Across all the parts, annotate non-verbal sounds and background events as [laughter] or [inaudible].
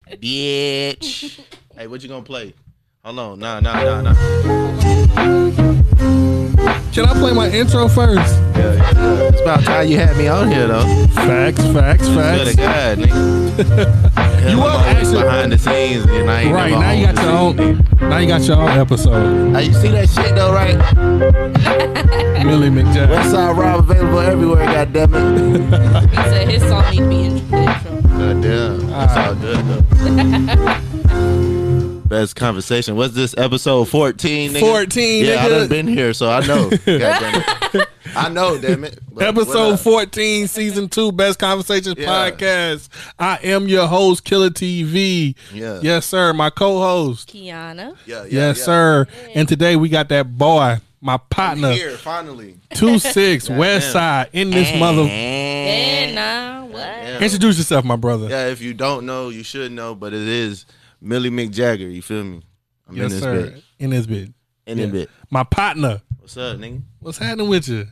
[laughs] bitch. hey, what you gonna play? Hold on, nah, nah, nah, nah. Can I play my intro first? It's about time you had me on here though. Facts, facts, Swear to facts. God, nigga. [laughs] Hell, I'm up, always actually- behind the scenes, and I ain't Right never now you on got your own. the scenes, Now you got your own episode. nigga. Hey, you see that shit though, right? Millie McJack. Westside Rob available everywhere. God damn it. He said his song need to be in the intro. God damn, that's all good though. [laughs] Best conversation. What's this episode fourteen? Nigga? 14, Yeah, I nigga. done been here, so I [laughs] know. God damn it. I know, damn it. But what Episode up? 14, season two, Best Conversations Yeah. podcast. I am your host, Killer TV. Yeah. Yes, sir. My co host. Kiana. Yeah, yeah, yes, yeah. sir. And today we got that boy, my I'm partner, Here, finally. [laughs] 2 6 West Side, in this mother. And now what? Yeah. Introduce yourself, my brother. Yeah, if you don't know, you should know, but it is Millie McJagger. You feel me? I'm in yes, this sir. bit. In this bit. In Yeah. this bit. My partner. What's up, nigga? What's happening with you?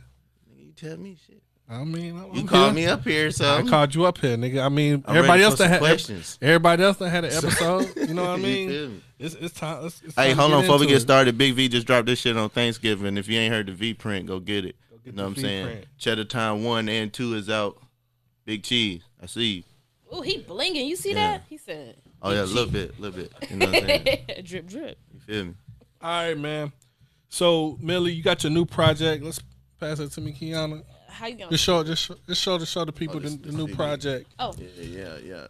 You tell me shit. I mean, I'm- You I'm called me here. up here, so I I'm- called you up here, nigga. I mean, I'm everybody ready else for that some had questions. everybody else that [laughs] had an episode. You know what I You feel mean? me? It's, it's time. It's, it's Hey, time to hold on before we into get it. started. Big V just dropped this shit on Thanksgiving. If you ain't heard the V print, go get it. you know the what I'm V saying? print. Cheddar Time 1 and 2 is out. Big Cheese. I see you. Ooh, he blinging. You see Yeah. that? He said. [laughs] Oh, yeah, a little bit, a little bit. You know what I'm [laughs] saying? drip, drip. You feel me? All right, man. So Millie, you got your new project. Let's pass it to me, Kiana. How you gonna? Just show, just show, just show, just show the people Oh, this- the, the this new big. project. [laughs] Oh, Yeah, yeah, yeah.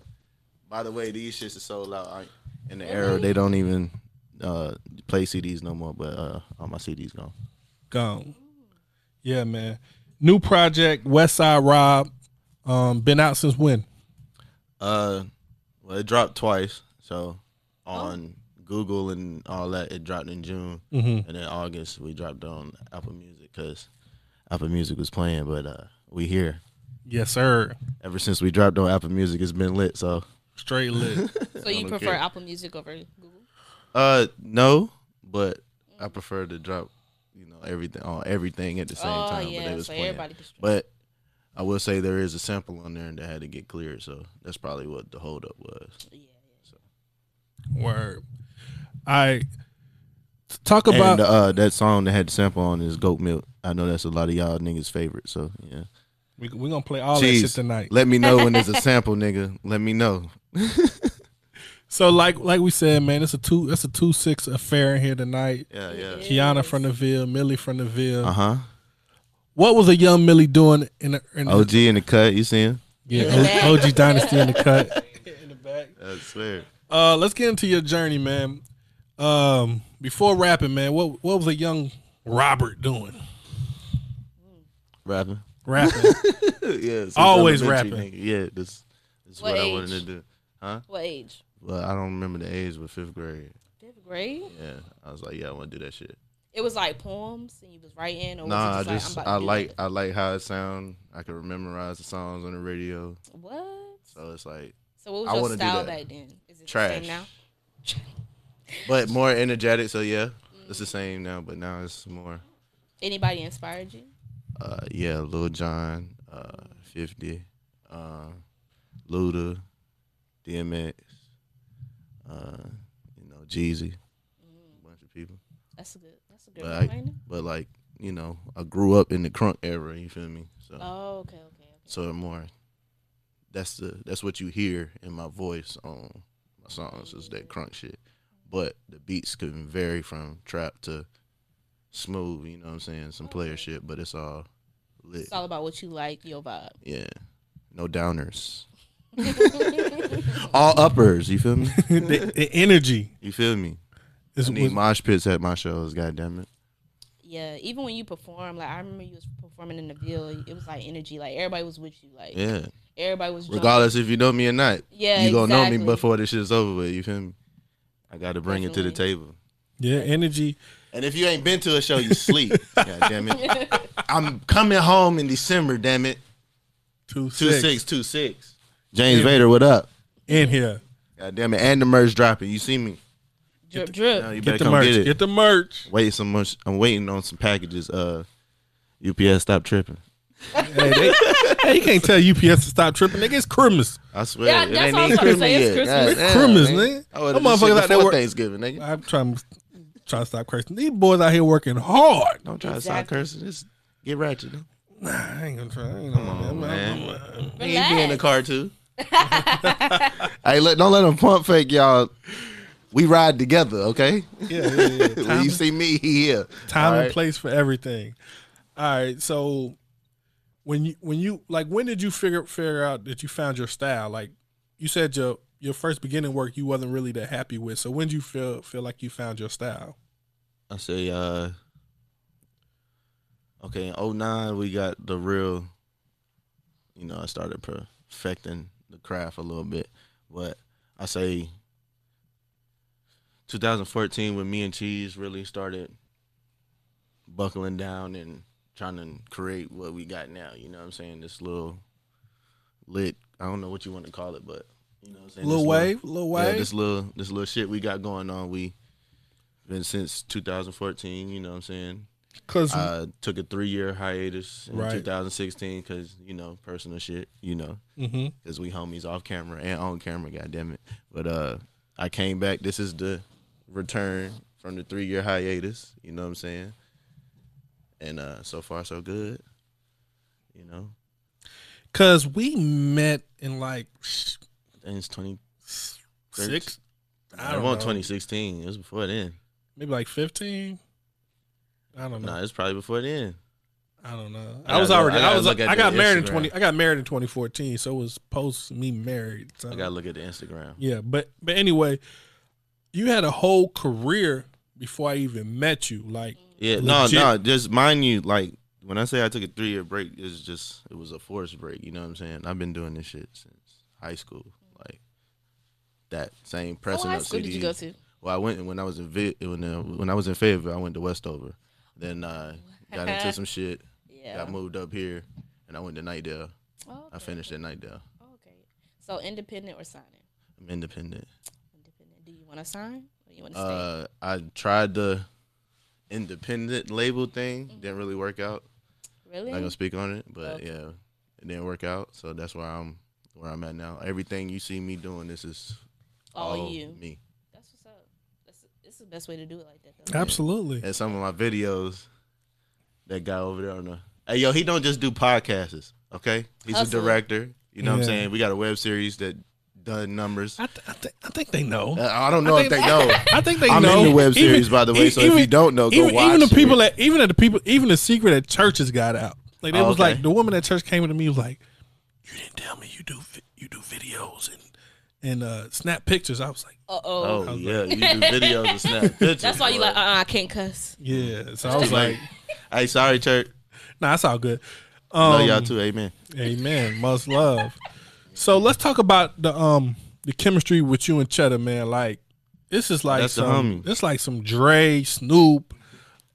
By the way, these shits are sold out I, in the arrow. They don't even uh, play CDs no more. But uh, all my CDs gone. Gone. Yeah, man. New project, West Side Rob. Um, been out since when? Uh, well, it dropped twice. So on Google and all that, it dropped in June, and then August we dropped on Apple Music because Apple Music was playing. But uh, we here. Yes, sir. Ever since we dropped on Apple Music, it's been lit. So [laughs] Straight lit. so you okay. prefer Apple Music over Google? uh, no, but I prefer to drop. You know everything on everything at the same Oh, time. but yeah, they was so playing. everybody can stream. But I will say there is a sample on there that had to get cleared, so that's probably what the holdup was. Word. I talk about and uh, that song that had the sample on is Goat Milk. I know that's a lot of y'all niggas' favorite, so yeah. we we gonna play all that shit Cheese. tonight. Let me know when there's [laughs] a sample, nigga. Let me know. So like like we said, man, it's a two it's a two six affair in here tonight. Yeah, yeah. Kiana from the Ville, Millie from the Ville. Uh huh. What was a young Millie doing in the, in the OG in the cut. You see him? yeah, O- OG Dynasty in the cut? in the back. I swear. Uh, let's get into your journey, man. Um, before rapping, man, what what was a young Robert doing? Rapping. Rapping. [laughs] [laughs] yeah. since Always elementary, rapping. Nigga. Yeah. This. This is What what, I age? wanted to do. Huh? What age? Well, I don't remember the age, but fifth grade. Fifth grade. Yeah. I was like, yeah, I want to do that shit. It was like poems, and you was writing. Or Nah, I was it just just like, I I'm about to like do I like how it sound. I can memorize the songs on the radio, that? What? so it's like, So what I was wanna your do style that. back then? Is it the Trash. same now? [laughs] but more energetic. So yeah, it's the same now, but now it's more. Anybody inspired you? Uh, yeah, Lil John, uh, Fifty, uh, Luda, DMX, uh, you know Jeezy, Mm-hmm. a bunch of people. That's a good. That's a good But one I, right now. but like you know, I grew up in the crunk era. You feel me? So Oh, okay, okay, okay. so more. That's the that's what you hear in my voice on my songs is that crunk shit. But the beats can vary from trap to smooth, you know what I'm saying? Some player shit, but it's all lit. It's all about what you like, your vibe. [laughs] [laughs] Yeah. No downers. all uppers, you [laughs] feel me? the, the energy You feel me? is I was- need mosh pits at my shows, goddammit. Yeah, even when you perform, like I remember you was performing in the Ville, it was like energy, like everybody was with you, like Yeah. everybody was. Jumping. Regardless if you know me or not. Yeah, You gonna know me exactly. before this shit's over with, you feel me? I gotta bring it to the table. yeah energy. And if you ain't been to a show, you sleep. God damn it. I'm coming home in December, damn it. Two Two six, six two six. James Vader, what up? in here. God damn it. And the merch dropping. You see me. Drip, drip. Now you better Get the come merch. get it. Get the merch. Wait so much. I'm waiting on some packages. Uh UPS stop tripping. hey, they, [laughs] hey, you can't tell UPS to stop tripping, nigga. It's Christmas. I swear. Yeah, it that's ain't what I was even gonna say, Christmas it's yet. God Christmas. It's damn, Christmas, nigga. nigga. I would've Them just motherfuckers shit out there before work- Thanksgiving, nigga. I'm trying, trying to stop cursing. These boys out here working hard. Don't try to stop Exactly. cursing. Just get ratchet. nigga. Nah, I ain't gonna try. I ain't gonna- Come on, I'm- I'm- I'm- He ain't be in the Relax. car too. hey, look, don't let him pump fake y'all. We ride together, okay? [laughs] yeah, yeah, yeah. when Time- you see me, he here. time All and right? place for everything. All right, so when you when you like when did you figure figure out that you found your style? Like you said your your first beginning work you wasn't really that happy with. So when did you feel feel like you found your style? I say, uh, okay, in 09, we got the real, you know, I started perfecting the craft a little bit. But I say 2014 when me and Cheese really started buckling down and trying to create what we got now. You know what I'm saying? This little lit, I don't know what you want to call it, but, you know what I'm saying? Lil this Wave, Lil yeah, Wave. this little this little shit we got going on. We been since 2014. You know what I'm saying? Cause I took a three year hiatus in Right. 2016 because you know personal shit. You know mhm. because we homies off camera and on camera. God damn it! But uh, I came back. This is the return from the three year hiatus. You know what I'm saying? And uh, so far so good. You know, Cause we met in like s- and it's 20. six. I I don't want know. 2016. It was before then. Maybe like fifteen. I don't know. Nah, it's probably before then. I don't know. I I, was gotta- already. I I, gotta was. look at I got the married in Instagram. twenty. I got married in twenty fourteen. So it was post me married. So. I gotta look at the Instagram. Yeah, but but anyway, you had a whole career before I even met you. Like, Yeah, no, Legit. no. Just mind you, like when I say I took a three year break, it's just it was a forced break. You know what I'm saying? I've been doing this shit since high school, like that same What pressing Oh, high up school CDs. did you go to? Well, I went when I was in Vi- when uh, when I was in Fayetteville, I went to Westover. Then uh, got into some shit, Yeah. got moved up here, and I went to Nightdale. Oh, I okay. finished at Nightdale. Oh, okay. So independent or signing? I'm independent. Independent. Do you want to sign or you want to stay? Uh, I tried the independent label thing, didn't really work out. really? not gonna speak on it, but Okay. yeah, it didn't work out. So that's why I'm where I'm at now. Everything you see me doing, this is All all, you. me. That's what's up. That's it's the best way to do it like that. Though. absolutely. And some of my videos, that guy over there on the hey yo, he don't just do podcasts. Okay, he's Hustler. a director. You know what Yeah. I'm saying? We got a web series that done numbers. I, I, th- I, think I think they know. I don't know I if think- they [laughs] know. [laughs] I think they I'm know. in the web series, by the way, e- so if you don't know, go even, watch Even the it. people that, even at the people, even the secret at churches got out. Like it Oh, was okay. like the woman at church came to me was like, "You didn't tell me you do vi- you do videos and and uh, snap pictures." I was like, Uh Oh oh. yeah, you do videos and snap pictures. That's why you boy. like uh uh I can't cuss. Mm. "Yeah." So I was like, hey, sorry, church. "Nah, that's all good." Love Um, y'all too. Amen. Amen. Must love. So let's talk about the um the chemistry with you and Cheddar, man. Like this is like That's the some homie. it's like some Dre, Snoop,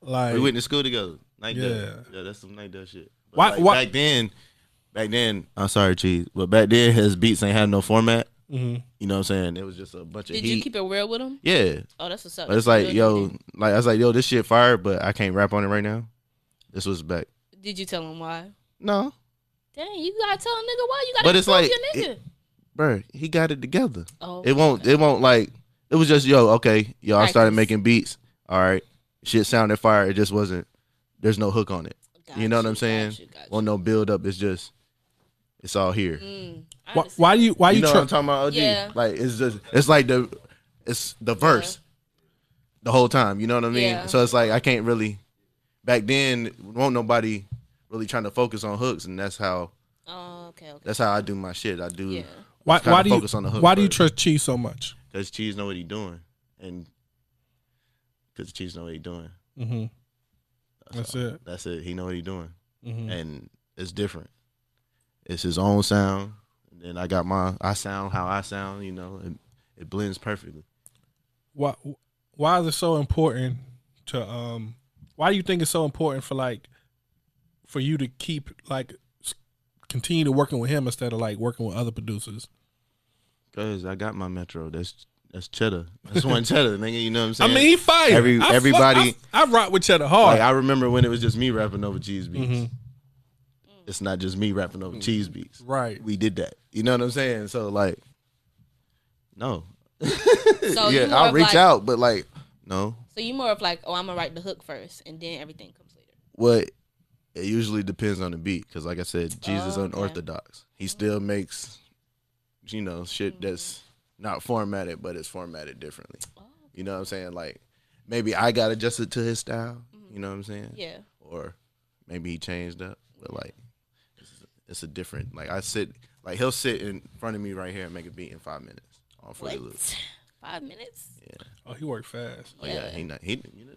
like We went to school together. Night yeah. Yeah. Yeah, that's some night dub shit. But Why- like, why- Back then, back then, I'm sorry, Cheese, but back then his beats ain't had no format. Mhm. You know what I'm saying? It was just a bunch of Did heat. you keep it real with him? yeah. Oh, that's what's up. But it's You like, real yo, with him. like I was like, yo, this shit fire, but I can't rap on it right now. This was back. Did you tell him why? No, Dang, you gotta tell a nigga why you gotta But it's expose like- your nigga. bruh, he got it together. oh, It won't it won't like it was just yo, okay, yo, I started Practice. making beats. All right. Shit sounded fire. It just wasn't there's no hook on it. got you know what I'm got saying? you, got Well, you. no build up. It's just it's all here. Mm, I why, understand. why do you why Mm-hmm. you you, know try- what I'm talking about? OG. Yeah. Like it's just it's like the it's the verse the whole time. You know what I mean? Yeah. So it's like I can't really back then won't nobody really trying to focus on hooks, and that's how Oh, okay, okay. that's how I do my shit. I do yeah. why, kinda why do you focus on the hook why do you first. trust Cheese so much? because Cheese know what he doing, and because Cheese know what he doing. Mm-hmm. That's all. it. That's it. He know what he doing, hmm and it's different. It's his own sound, and then I got my I sound how I sound. You know, it, it blends perfectly. Why why is it so important to um why do you think it's so important for like for you to keep like s- continue to working with him instead of like working with other producers? Cause I got my Metro. That's that's cheddar. That's [laughs] one cheddar, nigga. You know what I'm saying? I mean, he fired. Every- I, fu- everybody- I, I rock with Cheddar hard. like I remember when it was just me rapping over cheese beats. Mhm. It's not just me rapping Mm. over cheese beats. Right. We did that. You know what I'm saying? So like, no. So you yeah, more I'll of, reach like- out, but like, no. So you more of like, oh, I'm gonna write the hook first, and then everything comes later. What it usually depends on the beat, because like I said, Jesus Oh, okay. Mm-hmm. unorthodox. He still makes, you know, shit that's not formatted, but it's formatted differently. Oh, You know what I'm saying? Like maybe I got adjusted to his style. You know what I'm saying? Mm-hmm. yeah. Or maybe he changed up. But like it's, it's a different like I sit like he'll sit in front of me right here and make a beat in five minutes. All for the loop. What? [sighs] Five minutes? Oh, he worked fast. Oh yeah, he not he you know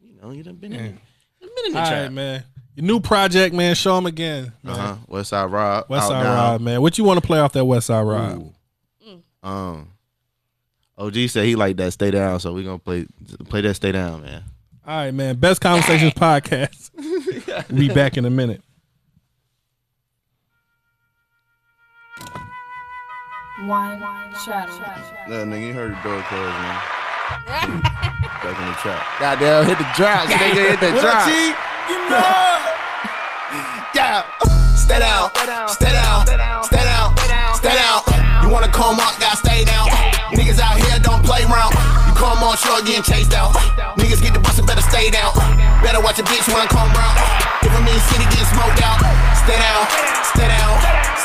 you know, you done been in it. You been in All the right, trap. man. Your new project, man. Show him again. Man. Uh-huh. West Side Rob. West out Side now. Ride, man. What you want to play off that West Side Ride? Ooh. Um OG said he like that stay down, so we gonna play play that stay down, man. All right, man. Best [laughs] Conversations podcast. we back in a minute. One shadow. Nah, nigga, you heard the door close, [laughs] man. Back in the trap. Goddamn, hit the drops, nigga, hit the drops. Yeah. Stay down, stay down, stay down, stay down, stay down. You wanna come up, gotta stay down. Niggas out here don't play round. You come on short, getting chased out. Niggas get the bus and better stay down. Better watch a bitch when I come round. If I'm in the city, get smoked out. Stay down, stay down,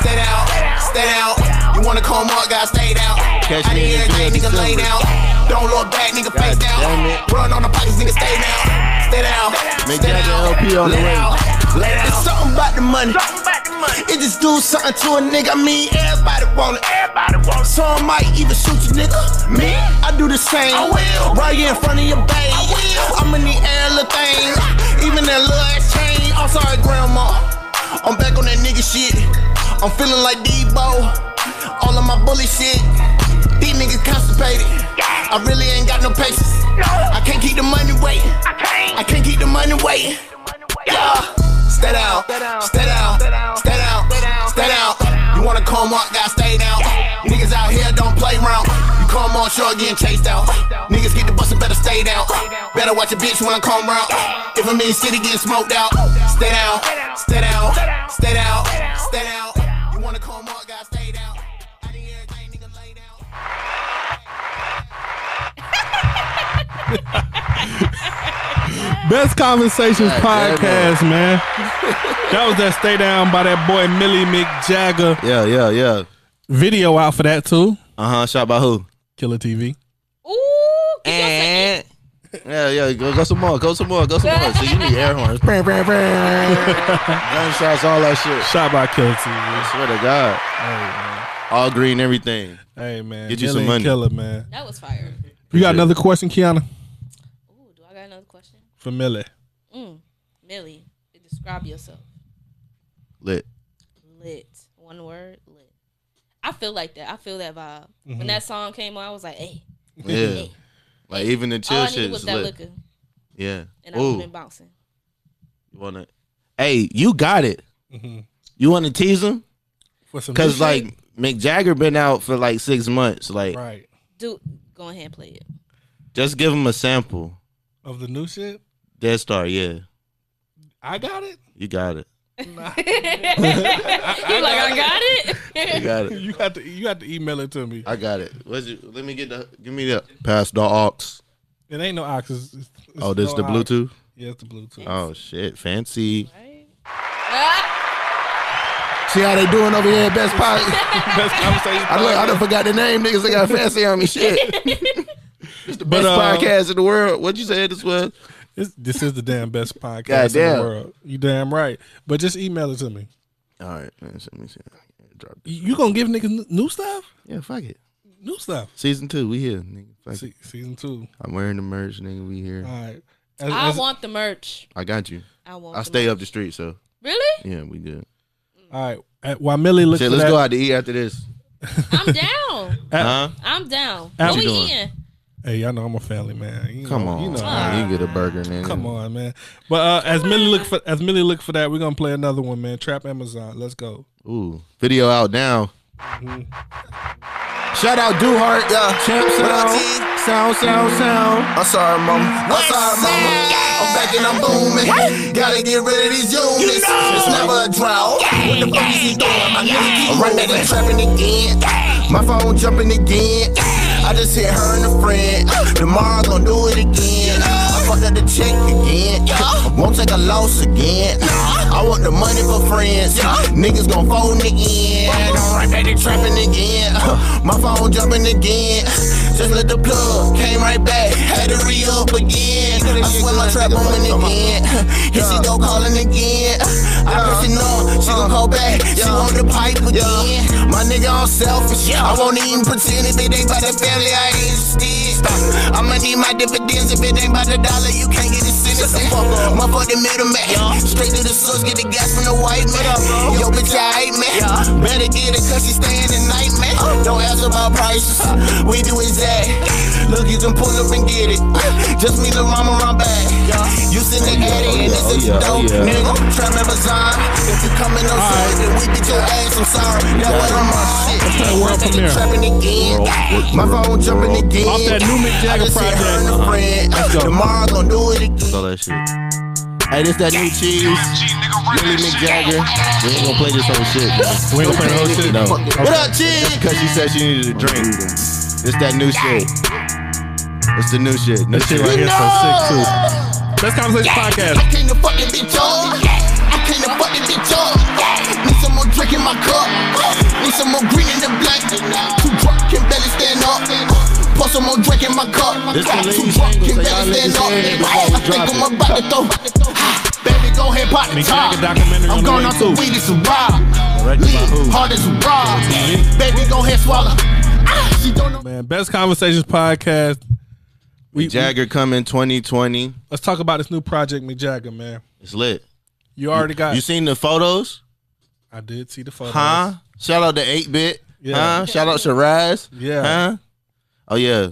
stay down, stay down. You wanna come up, gotta stay down. Catch I me need in the everything, club nigga, in lay December. down. Don't look back, nigga, face God damn down. it. Run on the pockets, nigga, stay down. Stay down, Make stay that down. LP on the Lay way. down. It's something about the money. It just do something to a nigga. I mean, everybody want it. Everybody want it. Some might even shoot you, nigga. Me, I do the same. I will. Right in front of your babe. I will. I'm in the air, little thing. Even that little ass chain. I'm sorry, grandma. I'm back on that nigga shit. I'm feeling like Debo. All of my bully shit. These niggas constipated. I really ain't got no patience. I can't keep the money waiting. I can't. I can't keep the money waiting. Yeah. Stay down. Stay down. Stay down. Stay down. Stay down. You wanna come up, gotta stay down. Niggas out here don't play round. You come on short, getting chased out. Niggas get the bus and better stay down. Better watch a bitch when I come round. If I'm in the city, getting smoked out. Stay down. Stay down. Stay down. Stay down. You wanna come up, gotta stay down. I need everything, nigga, lay down. Best Conversations God damn podcast, man. that was that Stay Down by that boy Millie Mick Jagger. Yeah, yeah, yeah. Video out for that too. Uh huh. Shot by who? Killer TV. Ooh, keep your second. Yeah, yeah. Go, go some more. Go some more. Go some more. So you need air horns. Bam, bam, bam. [laughs] Gunshots, all that shit. Shot by Killer TV. I swear to God. All green, everything. Hey man, Get you Millie some and money. Killer man. That was fire. You Appreciate got another question, Kiana? Ooh, do I got another question? For Millie. Mm. Millie, describe yourself. [laughs] Lit. Lit. One word. Lit. I feel like that. I feel that vibe. When that song came on, I was like, hey, Yeah. Like even the chill all I shit needed was is that lit. liquor, Yeah. and I've Ooh. been bouncing. You wanna? Hey, you got it. You wanna tease him? For some Cause shit. like Mick Jagger been out for like six months. Like right Dude, go ahead and play it. just give him a sample. of the new shit. Dead Star. Yeah, I got it. you got it. You [laughs] like, I got it. [laughs] [laughs] You got it. You got to you got to email it to me. I got it. What's it. Let me get the. Give me the. Pass the aux. It ain't no ox. It's, it's, it's Oh, this no the ox. Bluetooth. Yeah, it's the Bluetooth. Oh shit, fancy. Right? Ah, See how they doing over here at Best Pot? [laughs] Best conversation. I look, I done forgot the name. Niggas, they got fancy [laughs] on me. Shit. it's the best But, uh, podcast in the world. What you say this was? This, this is the damn best podcast in Goddamn. the world. You damn right. But just email it to me. All right, man. so Let me see. Drop this. You, you gonna give niggas n- new stuff? Yeah, fuck it. New stuff. Season two, we here, nigga. Fuck it. Se- season two. I'm wearing the merch, nigga. We All here. right. As- I as- want the merch. I got you. I want. I the stay merch. up the street, so Really? yeah, we good. all right. At- while Millie looks Shit, at let's that, go out to eat after this. I'm down. Huh? I'm down. How What you we doing? in? Hey, y'all know I'm a family man. You Come know, on, You know. how I man. you get a burger, nigga. am. Come on, man. But uh, as Millie look for as Millie look for that, we're gonna play another one, man. Trap Amazon. Let's go. Ooh, video out now. Shout out Duhart. [laughs] Yeah. Champ What up, sound. T? Sound, sound, sound. I'm sorry, mama. I'm What's sorry, mama. up? I'm back and I'm booming. Gotta get rid of these units. It's never a drought. What the fuck is he doing? I'm I'm right back in trapping again. My phone jumping again. I just hit her and a [gasps] friend. Tomorrow gonna do it again. I fucked up the check again. Won't take a loss again. I want the money for friends. Niggas gon' phone again. I'm right back to trapping again. My phone jumping again. Just let the plug came right back. Had to re up again. I swear my trap woman again. [laughs] Here she go calling again. I pressing on. She gon' call back. She want the pipe again. My nigga, I'm selfish. I won't even pretend if it ain't by the family. I ain't interested. I'ma need my dividends if it ain't by the dollar. You can't get it citizen. Motherfuck the middleman. Straight to the source, get the gas from the white man. Yo, bitch, I hate man. Better get it cause she staying the night, man. Don't ask about prices. We do exact. Look, you can pull up and get it. Just me, the mama, my bag. You send the Oh, Eddie and this is your dope, nigga. Trap Amazon. If you coming on time, then we get your ass. I'm sorry. That wasn't my shit. that world premiere. Trapping again. My phone jumping again. Off that new Mick Jagger I just hit her project. Uh-huh. and a friend. go. Tomorrow gonna do it again. That's all that shit. Hey, this that new cheese. Willie Mick Jagger. We ain't gonna play this whole shit. [laughs] man. We ain't gonna play the whole shit? No. What up, G? Because she said she needed a drink. It's that new shit. It's the new shit. New That shit right here so sick too. Best conversation I podcast. came to fucking bitch up. I came to fucking bitch up. Need some more drink in my cup. Need some more green in the black. Too drunk, can barely stand up. Pour some more drink in my cup. This the Too latest drunk, single, can so y'all barely niggas stand up. hear it before we I think drop I'm it. about to throw. Baby, go ahead, pop the Mick Jagger top. documentary on I'm the going way, out some too. weed, it's a rob. Directed by who? Hard as a rob. Baby, go ahead, swallow. Ah, She don't know. Man, best conversations podcast. We, we Jagger coming 2020. let's talk about this new project, Mick Jagger, man. It's lit. You already got. You seen the photos? I did see the photos. Huh? Shout out to 8 Bit. Yeah. Huh? Shout out Shiraz. Yeah. Huh? Oh yeah.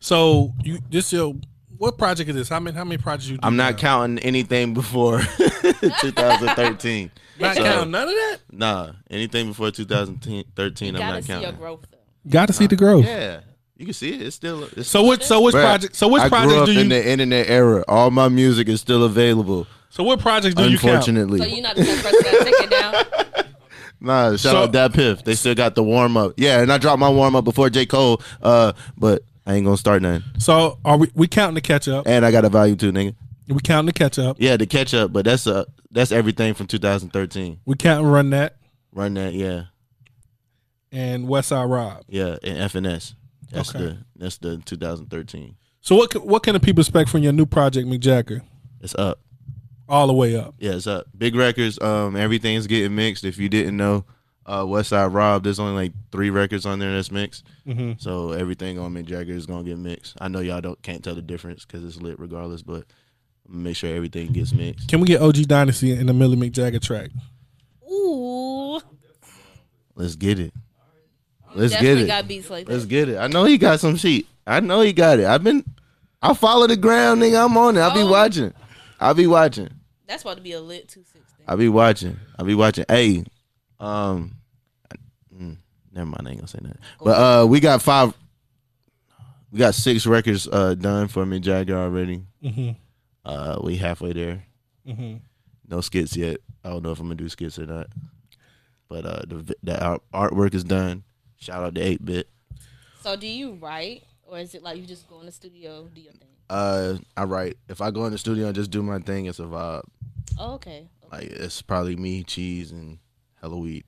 So you this your what project is this? How many how many projects you? Do I'm now? not counting anything [laughs] before [laughs] 2013. Not So- counting none of that. Nah, anything before 2013, I'm gotta not see your counting. growth though. Got to see the growth. Yeah, you can see it. It's still. It's So what? So which Bruh, project? So which I grew project up do in you? the internet era. All my music is still available. So what projects do Oh, you count? unfortunately, So you're not the type of person that take it [laughs] down. nah. Shout So- out that Piff. They still got the warm up. Yeah, and I dropped my warm up before J Cole. Uh, but I ain't gonna start nothing. So are we? We counting the catch up. And I got a value too, nigga. We counting the catch up. Yeah, the catch up. But that's uh that's everything from 2013. We counting run that Run that. Yeah, and Westside Rob. yeah. And FNS. That's Okay. the that's the 2013. So what? Can, what can the people expect from your new project, Mick Jagger? It's up. All the way up. Yeah, it's up. Big records. Um, everything's getting mixed. If you didn't know, uh, Westside Rob, there's only like three records on there that's mixed. So everything on Mick Jagger is gonna get mixed. I know y'all don't can't tell the difference because it's lit regardless, but make sure everything gets mixed. Can we get OG Dynasty in the Millie Mick Jagger track? Ooh. Let's get it. Let's Definitely get it. got beats like Let's that. get it. I know he got some sheet. I know he got it. I've been. I follow the ground, nigga. I'm on it. I'll be Oh. watching. I'll be watching. That's about to be a lit 260. I be watching. I be watching. Hey, um, mm, never mind. I ain't gonna say nothing. But uh, we got five. We got six records uh done for me Jagger already. Mm-hmm. Uh, we halfway there. Mm-hmm. No skits yet. I don't know if I'm gonna do skits or not. But uh, the vi- the art- artwork is done. Shout out to Eight Bit. So do you write or is it like you just go in the studio, do your thing? Uh, I write. If I go in the studio and just do my thing, it's a vibe. Oh, okay. okay. Like it's probably me, cheese, and hella weed.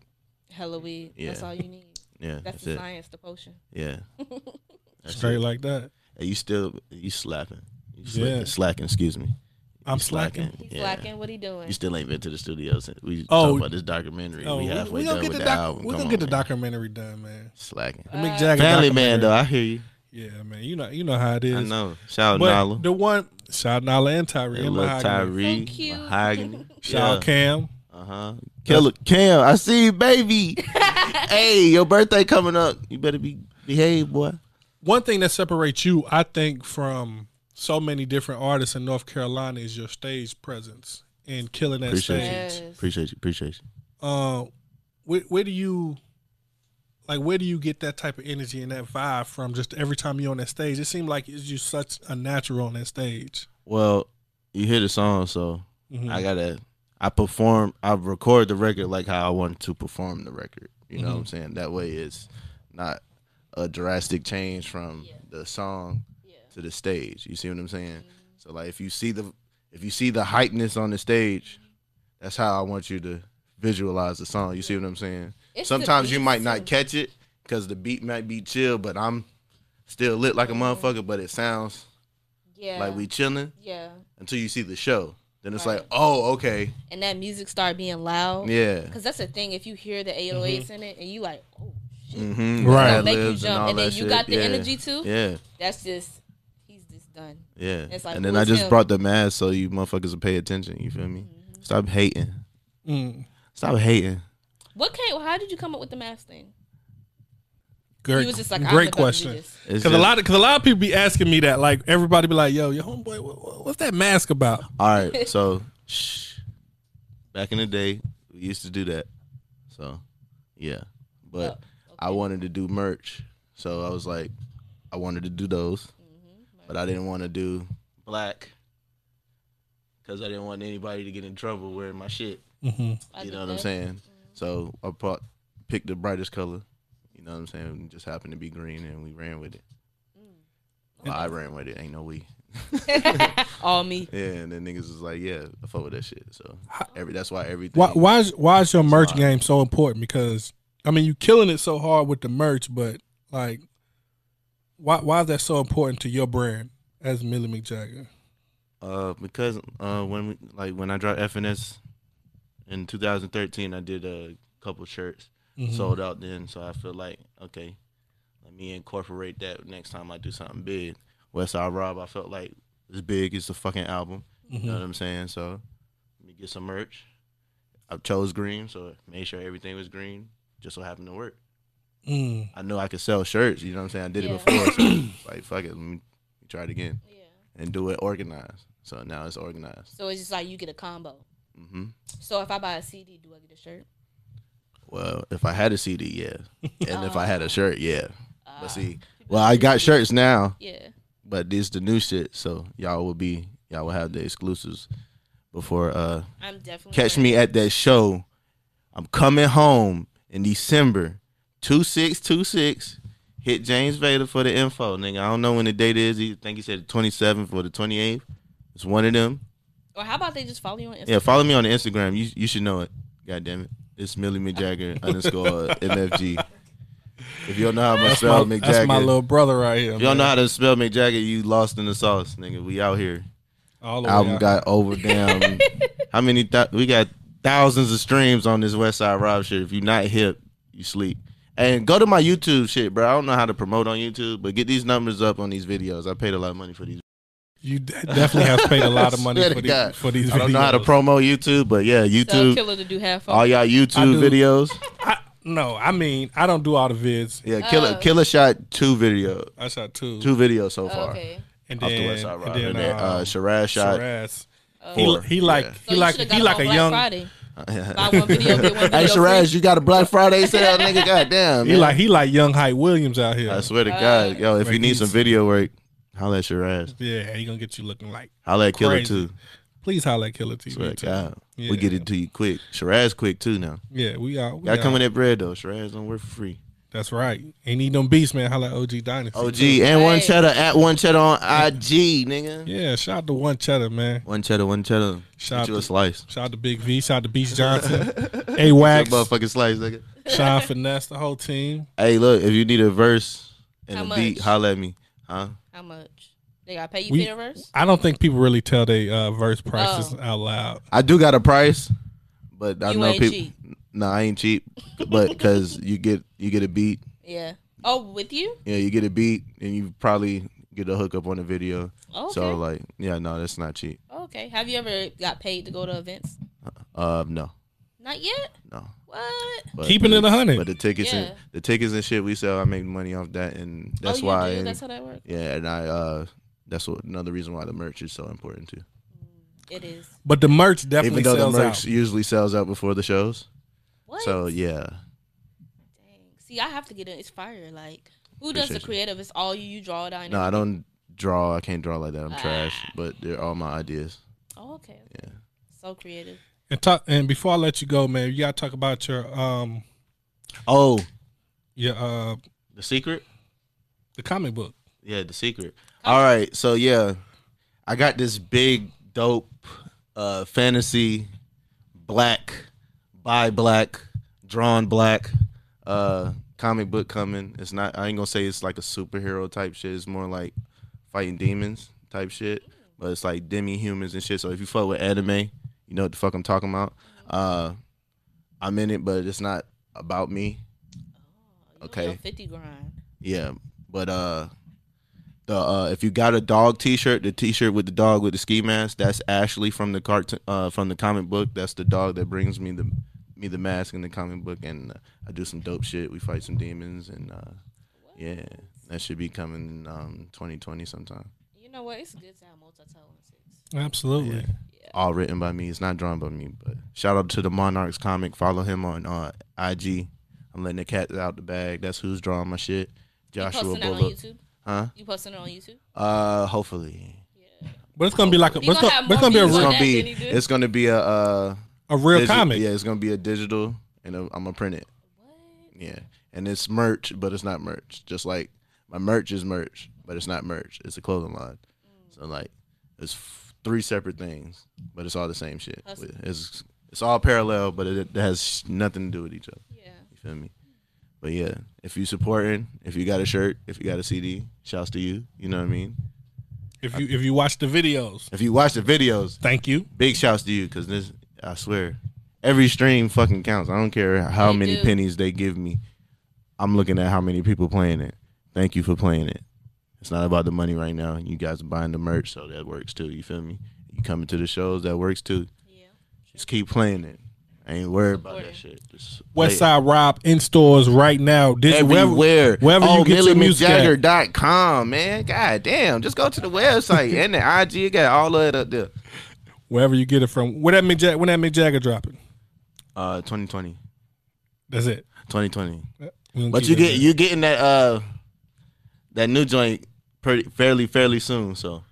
Hella weed. That's Yeah. all you need. Yeah, That's that's, the it. science, the potion. [laughs] Yeah. That's Straight it. like that. Hey, you still you slapping. You Yeah. slacking, slacking, excuse me. I'm You slacking. He's Yeah. lacking. What he doing? You still ain't been to the studio since we Oh. talking about this documentary. we halfway done with the, album. Come We gonna on, get the man. Uh, documentary done, man. slacking. The Mick Jagger Family documentary. man though, I hear you. Yeah, man. You know, you know how it is. I know. Shout out But Nala. the one, shout out Nala and Tyree. Hey, And little Mahogany. Tyree, So cute. Mahogany. Shout out Cam. Uh Uh-huh. huh. Killer Cam, I see you, [laughs] baby. hey, your birthday coming up. You better be behave, boy. One thing that separates you, I think, from so many different artists in North Carolina is your stage presence and killing that Appreciate stage. Yes. you. Appreciate you. Appreciate you. Uh, where, where do you like where do you get that type of energy and that vibe from? Just every time you're on that stage, it seemed like it's just such a natural on that stage. Well, you hear the song, so Mhm. I gotta I perform I record the record like how I want to perform the record. You know what I'm saying? That way it's not a drastic change from Yeah. the song Yeah. to the stage. You see what I'm saying? So like if you see the if you see the hypeness on the stage, that's how I want you to visualize the song. You see what I'm saying? It's the Sometimes you beat, might too. not catch it because the beat might be chill, but I'm still lit like a motherfucker, but it sounds Yeah. like we chilling Yeah. until you see the show. Then it's Right. Oh. like, oh, okay, And that music start being loud. yeah. Because that's the thing. If you hear the 808s in it and you like, oh, shit. Mm-hmm. Right. Make you jump, and then you got the yeah. energy too? Yeah, That's just, he's just done. yeah. It's like, and then who I is just him? brought the mask so you motherfuckers will pay attention. You feel me? Mm-hmm. Stop hating. Mm. Stop hating. What came, how did you come up with the mask thing? Great, He was just like, I'm great about to do question. this. It's Because a just- lot of because a lot of people be asking me that. Like everybody be like, "Yo, your homeboy, what, what- what's that mask about?" All [laughs] right, so shh. Back in the day, we used to do that. So, yeah, Oh, but I wanted to do merch, so I was like, I wanted to do those, Mm-hmm. but I didn't want to do black because I didn't want anybody to get in trouble wearing my shit. Mm-hmm. I You get know what I'm that. Mm-hmm. saying? So I brought, picked the brightest color. You know what I'm saying? It just happened to be green, and we ran with it. Mm. Well, I ran with it. Ain't no we. [laughs] All me. Yeah, and then niggas was like, yeah, I fuck with that shit. So every that's why everything. Why, why is why is your merch game so important? Because I mean, you killing it so hard with the merch, but like, why why is that so important to your brand as Millie McJagger? Uh, because uh, when we like when I dropped FNS in 2013, I did a couple shirts Mm-hmm. sold out then. So I feel like okay, let me incorporate that next time I do something big. Westside Rob, I felt like as big as the fucking album. Mm-hmm. You know what I'm saying? So let me get some merch. I chose green, so made sure everything was green. Just so happened to work. Mm. I know I could sell shirts. You know what I'm saying? I did Yeah. it before, so [coughs] like fuck it, let me try it again Yeah. and do it organized. So now it's organized. So it's just like you get a combo. hmm So if I buy a CD, do I get a shirt? Well, if I had a CD, yeah, [laughs] and if I had a shirt, yeah. Ah. But see, well, I got shirts now, Yeah. but this the new shit. So y'all will be y'all will have the exclusives before uh I'm definitely. catch me at that show. I'm coming home in December. Two six two six. Hit James Vader for the info, nigga. I don't know when the date is. He think he said the 27th or the 28th. It's one of them. Or how about they just follow you on Instagram? Yeah, follow me on Instagram. You you should know it. God damn it. It's Millie [laughs] McJagger underscore uh, MFG. If you don't know how to That's, spell my, McJagger, that's my little brother right here. if you don't man. know how to spell McJagger, you lost in the sauce, nigga. We out here. All the way Album out. got over [laughs] damn. how many? Th- we got thousands of streams on this West Side Rob shit. If you not hip, you sleep. And go to my YouTube shit, bro. I don't know how to promote on YouTube, but get these numbers up on these videos. I paid a lot of money for these. You de- definitely have paid a lot of [laughs] money Swear for to these, God. for these videos. I don't know how to promote YouTube, but yeah, Tell YouTube. Killer to do half off. all y'all YouTube do. videos. I, no, I mean I don't do all the vids. Yeah, killer killer shot two video I shot two, two videos so far. Oh, Okay. and Off then, the West Side Rob. and then, uh, uh, Shiraz shot. Shiraz. four. He, he like Yeah. So he you like shoulda he got like on a Black young Friday. [laughs] [laughs] Buy one video, get one video. Hey Shiraz, free. you got a Black Friday [laughs] sale, nigga. Goddamn. he man. like he like young Hype Williams out here. I swear to God, yo, if Right, you need he's- some video work, holla at Shiraz. yeah, he gonna get you looking like. Holla at Killer Crazy. too. Please holler at Killer TV. Swear to too. God. Yeah. We get it to you quick. Shiraz quick too now. Yeah, we out. We Gotta out. come in that bread though. Shiraz don't work for free. That's right. Ain't need them beats, man. Holla at OG Dynasty. OG too. and one Right. cheddar at one cheddar on IG, nigga. Yeah, shout out to One Cheddar, man. One cheddar, one cheddar. Shout Shout you to- a slice. Shout out to Big V. Shout out [laughs] to Beast Johnson, A Wax, Get a motherfucking slice, nigga. Sean Finesse, the whole team. Hey, look, if you need a verse and How a beat, much? holla at me. Huh? How much? They got to pay you We- for the verse? I don't think people really tell their uh, verse prices Oh. out loud. I do got a price, but I You know ain't people. cheap. No, I ain't cheap, but because you get you get a beat, Yeah. Oh, with you? yeah, you get a beat, and you probably get a hookup on the video. Oh, Okay. So like, yeah, no, that's not cheap. okay. Have you ever got paid to go to events? Um, no, Not yet? no. What? But Keeping it a hundred. But the tickets Yeah. and the tickets and shit we sell, I make money off that, and that's oh, you why. Do? and- That's how that works? yeah, and I uh, that's what another reason why the merch is so important too. It is. But the merch definitely Even though the sells merch out. usually sells out before the shows, What? so yeah. Dang. See, I have to get it. It's fire. Like who does Appreciate the you. creative? It's all you. You draw it out. and No, I everything. don't draw. I can't draw like that. I'm Ah. trash. But they're all my ideas. Oh, okay. okay. Yeah. So creative. And talk. And before I let you go, man, you gotta talk about your um Oh, your uh the secret. the comic book. Yeah, the secret. All right, so yeah, I got this big dope uh fantasy black by black drawn black uh comic book coming. It's not I ain't going to say it's like a superhero type shit. It's more like fighting demons type shit, but it's like demi humans and shit. So if you fuck with anime, you know what the fuck I'm talking about. Uh I'm in it, but it's not about me. You Okay. know, Fifty grind. Yeah, but uh, the uh, if you got a dog T-shirt, the T-shirt with the dog with the ski mask, that's Ashley from the cartoon, uh, from the comic book. That's the dog that brings me the me the mask in the comic book, and uh, I do some dope shit. We fight some demons, and uh, yeah, that should be coming in um 2020 sometime. You know what? It's good to have multi-talented. Absolutely. All written by me. It's not drawn by me, but shout out to the Monarchs comic. Follow him on uh, IG. I'm letting the cat out the bag. That's who's drawing my shit. you Joshua posting that on Bullock, YouTube? huh? You posting it on YouTube? Uh, hopefully. But it's gonna be like a, We but it's gonna gonna, have but it's it's gonna be a more views real, gonna that be than he did. it's gonna be a uh a real digi- comic. Yeah, it's gonna be a digital, and i am I'm gonna print it. Yeah, and it's merch, but it's not merch. Just like my merch is merch, but it's not merch. It's a clothing line. So like, it's f- three separate things, but it's all the same shit. Hustle. It's it's all parallel, but it, it has nothing to do with each other. Yeah. You feel me? But yeah, if you supporting, if you got a shirt, if you got a CD, shouts to you. You know what I mean? If you if you watch the videos, If you watch the videos, thank you. big shouts to you because this I swear every stream fucking counts. I don't care how They many do. pennies they give me. I'm looking at how many people playing it. Thank you for playing it. It's not about the money right now. You guys are buying the merch, so that works too. You feel me? You coming to the shows, that works too. Yeah. Just keep playing it. I ain't worried about that Supporting. shit. Just play it. Westside Rob in stores right now. Digi- wherever- Everywhere. wherever oh, you get your music at. MillyMcJagger.com, man. God damn. Just go to the website and the IG. You got all of it up there. wherever you get it from. When that Mick Jag- when that Mick Jagger dropping, Uh, 2020. that's it. 2020. We gonna But keep you it get there. you getting that uh that new joint pretty fairly fairly soon. So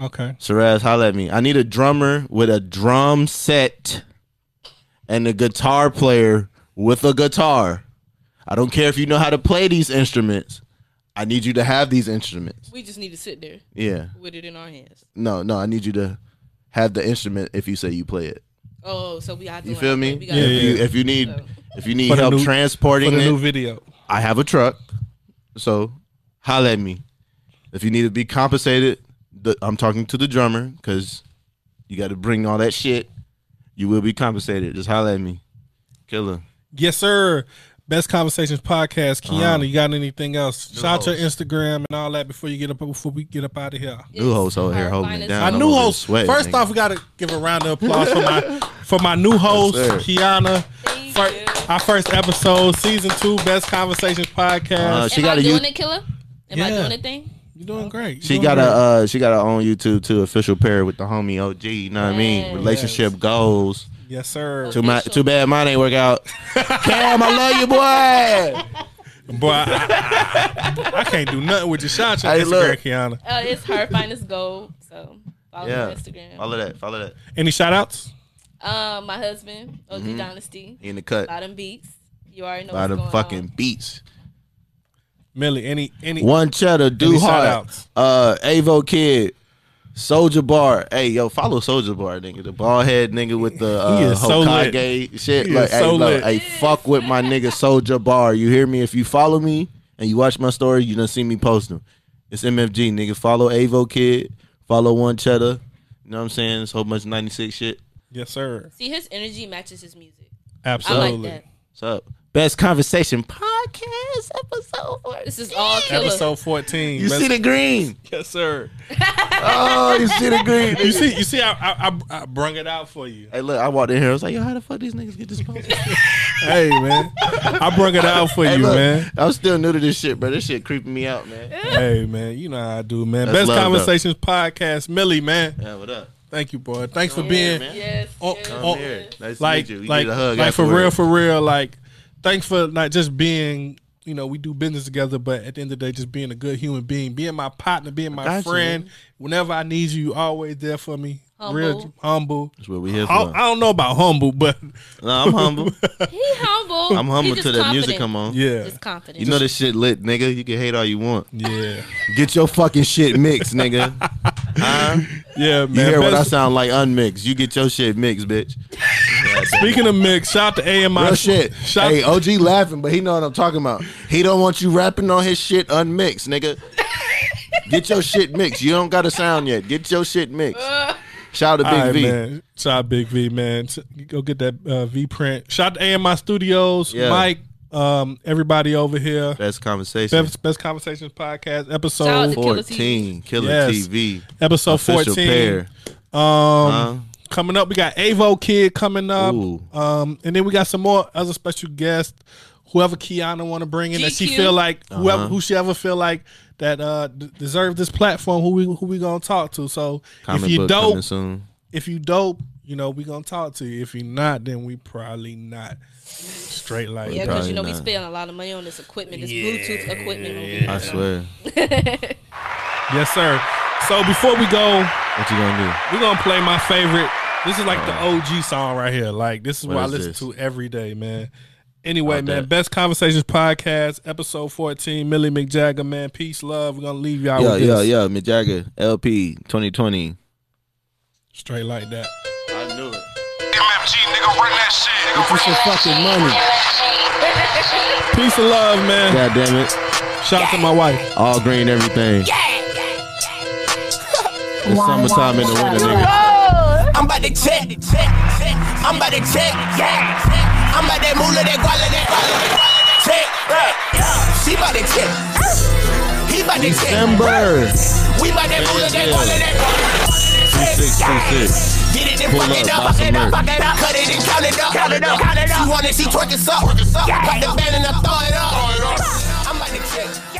okay. Shiraz, holla at me. I need a drummer with a drum set and a guitar player with a guitar. I don't care if you know how to play these instruments. I need you to have these instruments. We just need to sit there Yeah. with it in our hands. No, no, I need you to have the instrument if you say you play it. Oh, so we have to. You learn. feel me? We gotta if learn. you if you need if you need For the help new- transporting For the it, new video, I have a truck, so holla at me. If you need to be compensated, the, I'm talking to the drummer because you got to bring all that shit. You will be compensated. Just holla at me, killer. yes sir. Best conversations podcast. Kiana, you got anything else? Shout out to your Uh-huh. host. Instagram and all that before you get up before we get up out of here. New host over here our holding finest- it Our down. new host. Sweat, First off, we gotta give a round of applause for my for my new host, sir. Kiana. Thank Fir- you. our first episode, season two, best conversations podcast. Uh, she Am got I a doing you- it, killer? Am I Yeah. doing a thing? You're doing great. she You're got doing a great. uh, she got her own YouTube too. Official pair with the homie OG. You know what I mean? Yes. Relationship goals. yes, sir. Too my Official. too bad mine ain't work out. [laughs] Cam, I love you, boy. [laughs] Boy, I, I- I- I can't do nothing with your shot. Your Hey, Instagram, look. Kiana. Uh, it's her finest gold. So follow me Yeah, on Instagram. follow that. Follow that. Any shout outs? Um, my husband, OG Mm-hmm. Dynasty, He in the cut. Bottom Beats. You already know By the what's going fucking on. beats. Millie, any any One Cheddar, Do Hard, shout-outs? uh, Avo Kid, Soldier Bar. Hey, yo, follow Soldier Bar, nigga. The bald head nigga with the He uh, is so lit. Hokage shit. He like, is hey, so look, lit. hey, fuck with my nigga Soldier Bar. You hear me? If you follow me and you watch my story, you done see me post them. It's MFG, nigga. Follow Avo Kid, follow One Cheddar. You know what I'm saying? It's a whole bunch of 96 shit. Yes, sir. See, his energy matches his music. I like Absolutely. that. What's up? Best Conversation Podcast episode 14. This is all killer. Episode fourteen. You Best- see the green. yes, sir. Oh, you see the green. [laughs] You see, you see, I I, I, I brung it out for you. Hey, look, I walked in here. I was like, yo, how the fuck these niggas get this [laughs] post? Hey, man, I brung it out for hey, [laughs] you, look, man. I'm still new to this shit, bro. This shit creeping me out, man. Hey, man, you know how I do, man. That's Best love, though. conversations podcast, Millie, man. Yeah, what up? Thank you, boy. Thanks for being man. Yes. Oh, yes, oh, yes. Nice to like meet you. You like need a hug like for afterwards. real, for real. Like, thanks for not just being you know, we do business together, but at the end of the day, just being a good human being, being my partner, being my got you, friend. Whenever I need you, you always there for me. Real Humble. humble. That's what we here I, I for. don't know about humble, but [laughs] Nah, I'm [laughs] humble. He humble. I'm humble He just till that music confident. come on. yeah, Just confident. You know this shit lit, nigga. You can hate all you want. yeah, Get your fucking shit mixed, [laughs] nigga. Huh? yeah, You man. hear what I Best- sound like unmixed. You get your shit mixed, bitch. Speaking of mix, shout out to AMI. Real shit. [laughs] Shout hey, OG laughing, but he know what I'm talking about. He don't want you rapping on his shit unmixed, nigga. Get your shit mixed. You don't got a sound yet. Get your shit mixed. Shout out to Big All right, V. man. Shout out Big V, man. S- Go get that uh, V print. Shout out to AMI Studios, Yeah. Mike, um, everybody over here. That's conversation. Best, Best Conversations Podcast, Shout episode out to- Killer TV. 14 Killer Yes. TV. episode Official 14. pair. Um, Huh? Coming up, we got Avo Kid coming up. Ooh. Um, and then we got some more other special guests. Whoever Kiana want to bring in that she GQ. feel like whoever Uh-huh. who she ever feel like that uh d- deserve this platform who we who we gonna talk to so Comic if you book dope coming soon. if you dope, you know, we gonna talk to you. If you not, then we probably not. Straight like Yeah, that. because you know we Probably not. spend a lot of money on this equipment, this Bluetooth equipment. over here. I swear. Yes, sir. So before we go, What you gonna we're gonna play my favorite. This is like the OG song right here. Like this is what, Oh. What I is listen this? to every day, man. Anyway, About man, that. Best Conversations Podcast, episode 14, Millie McJagger, man. Peace, love. We're gonna leave y'all do? Yeah, with this. yeah, yeah. Mick Jagger, LP 2020. Straight like that. I knew it. MFG, nigga, run that shit. Get you some fucking money. Peace and love, man. God damn it. Shout out to my wife. All green, everything. It's Why- summertime in the why- winter, nigga. I'm about to check, check, check. I'm about to check, yeah. I'm about that moolah, that guala, that guala, that guala, that check, yeah. She about to check. He about to check. December. We about that moolah, that Yeah. guala, that guala, that guala, that Six, check, two, yeah. six. Get it and Pull fuck up, it up, buy fuck some it up, merch. fuck it up, cut it and count it up, count it up, count it up. She want it, she twerk it up, pop the band and I throw it up. I'm about to check.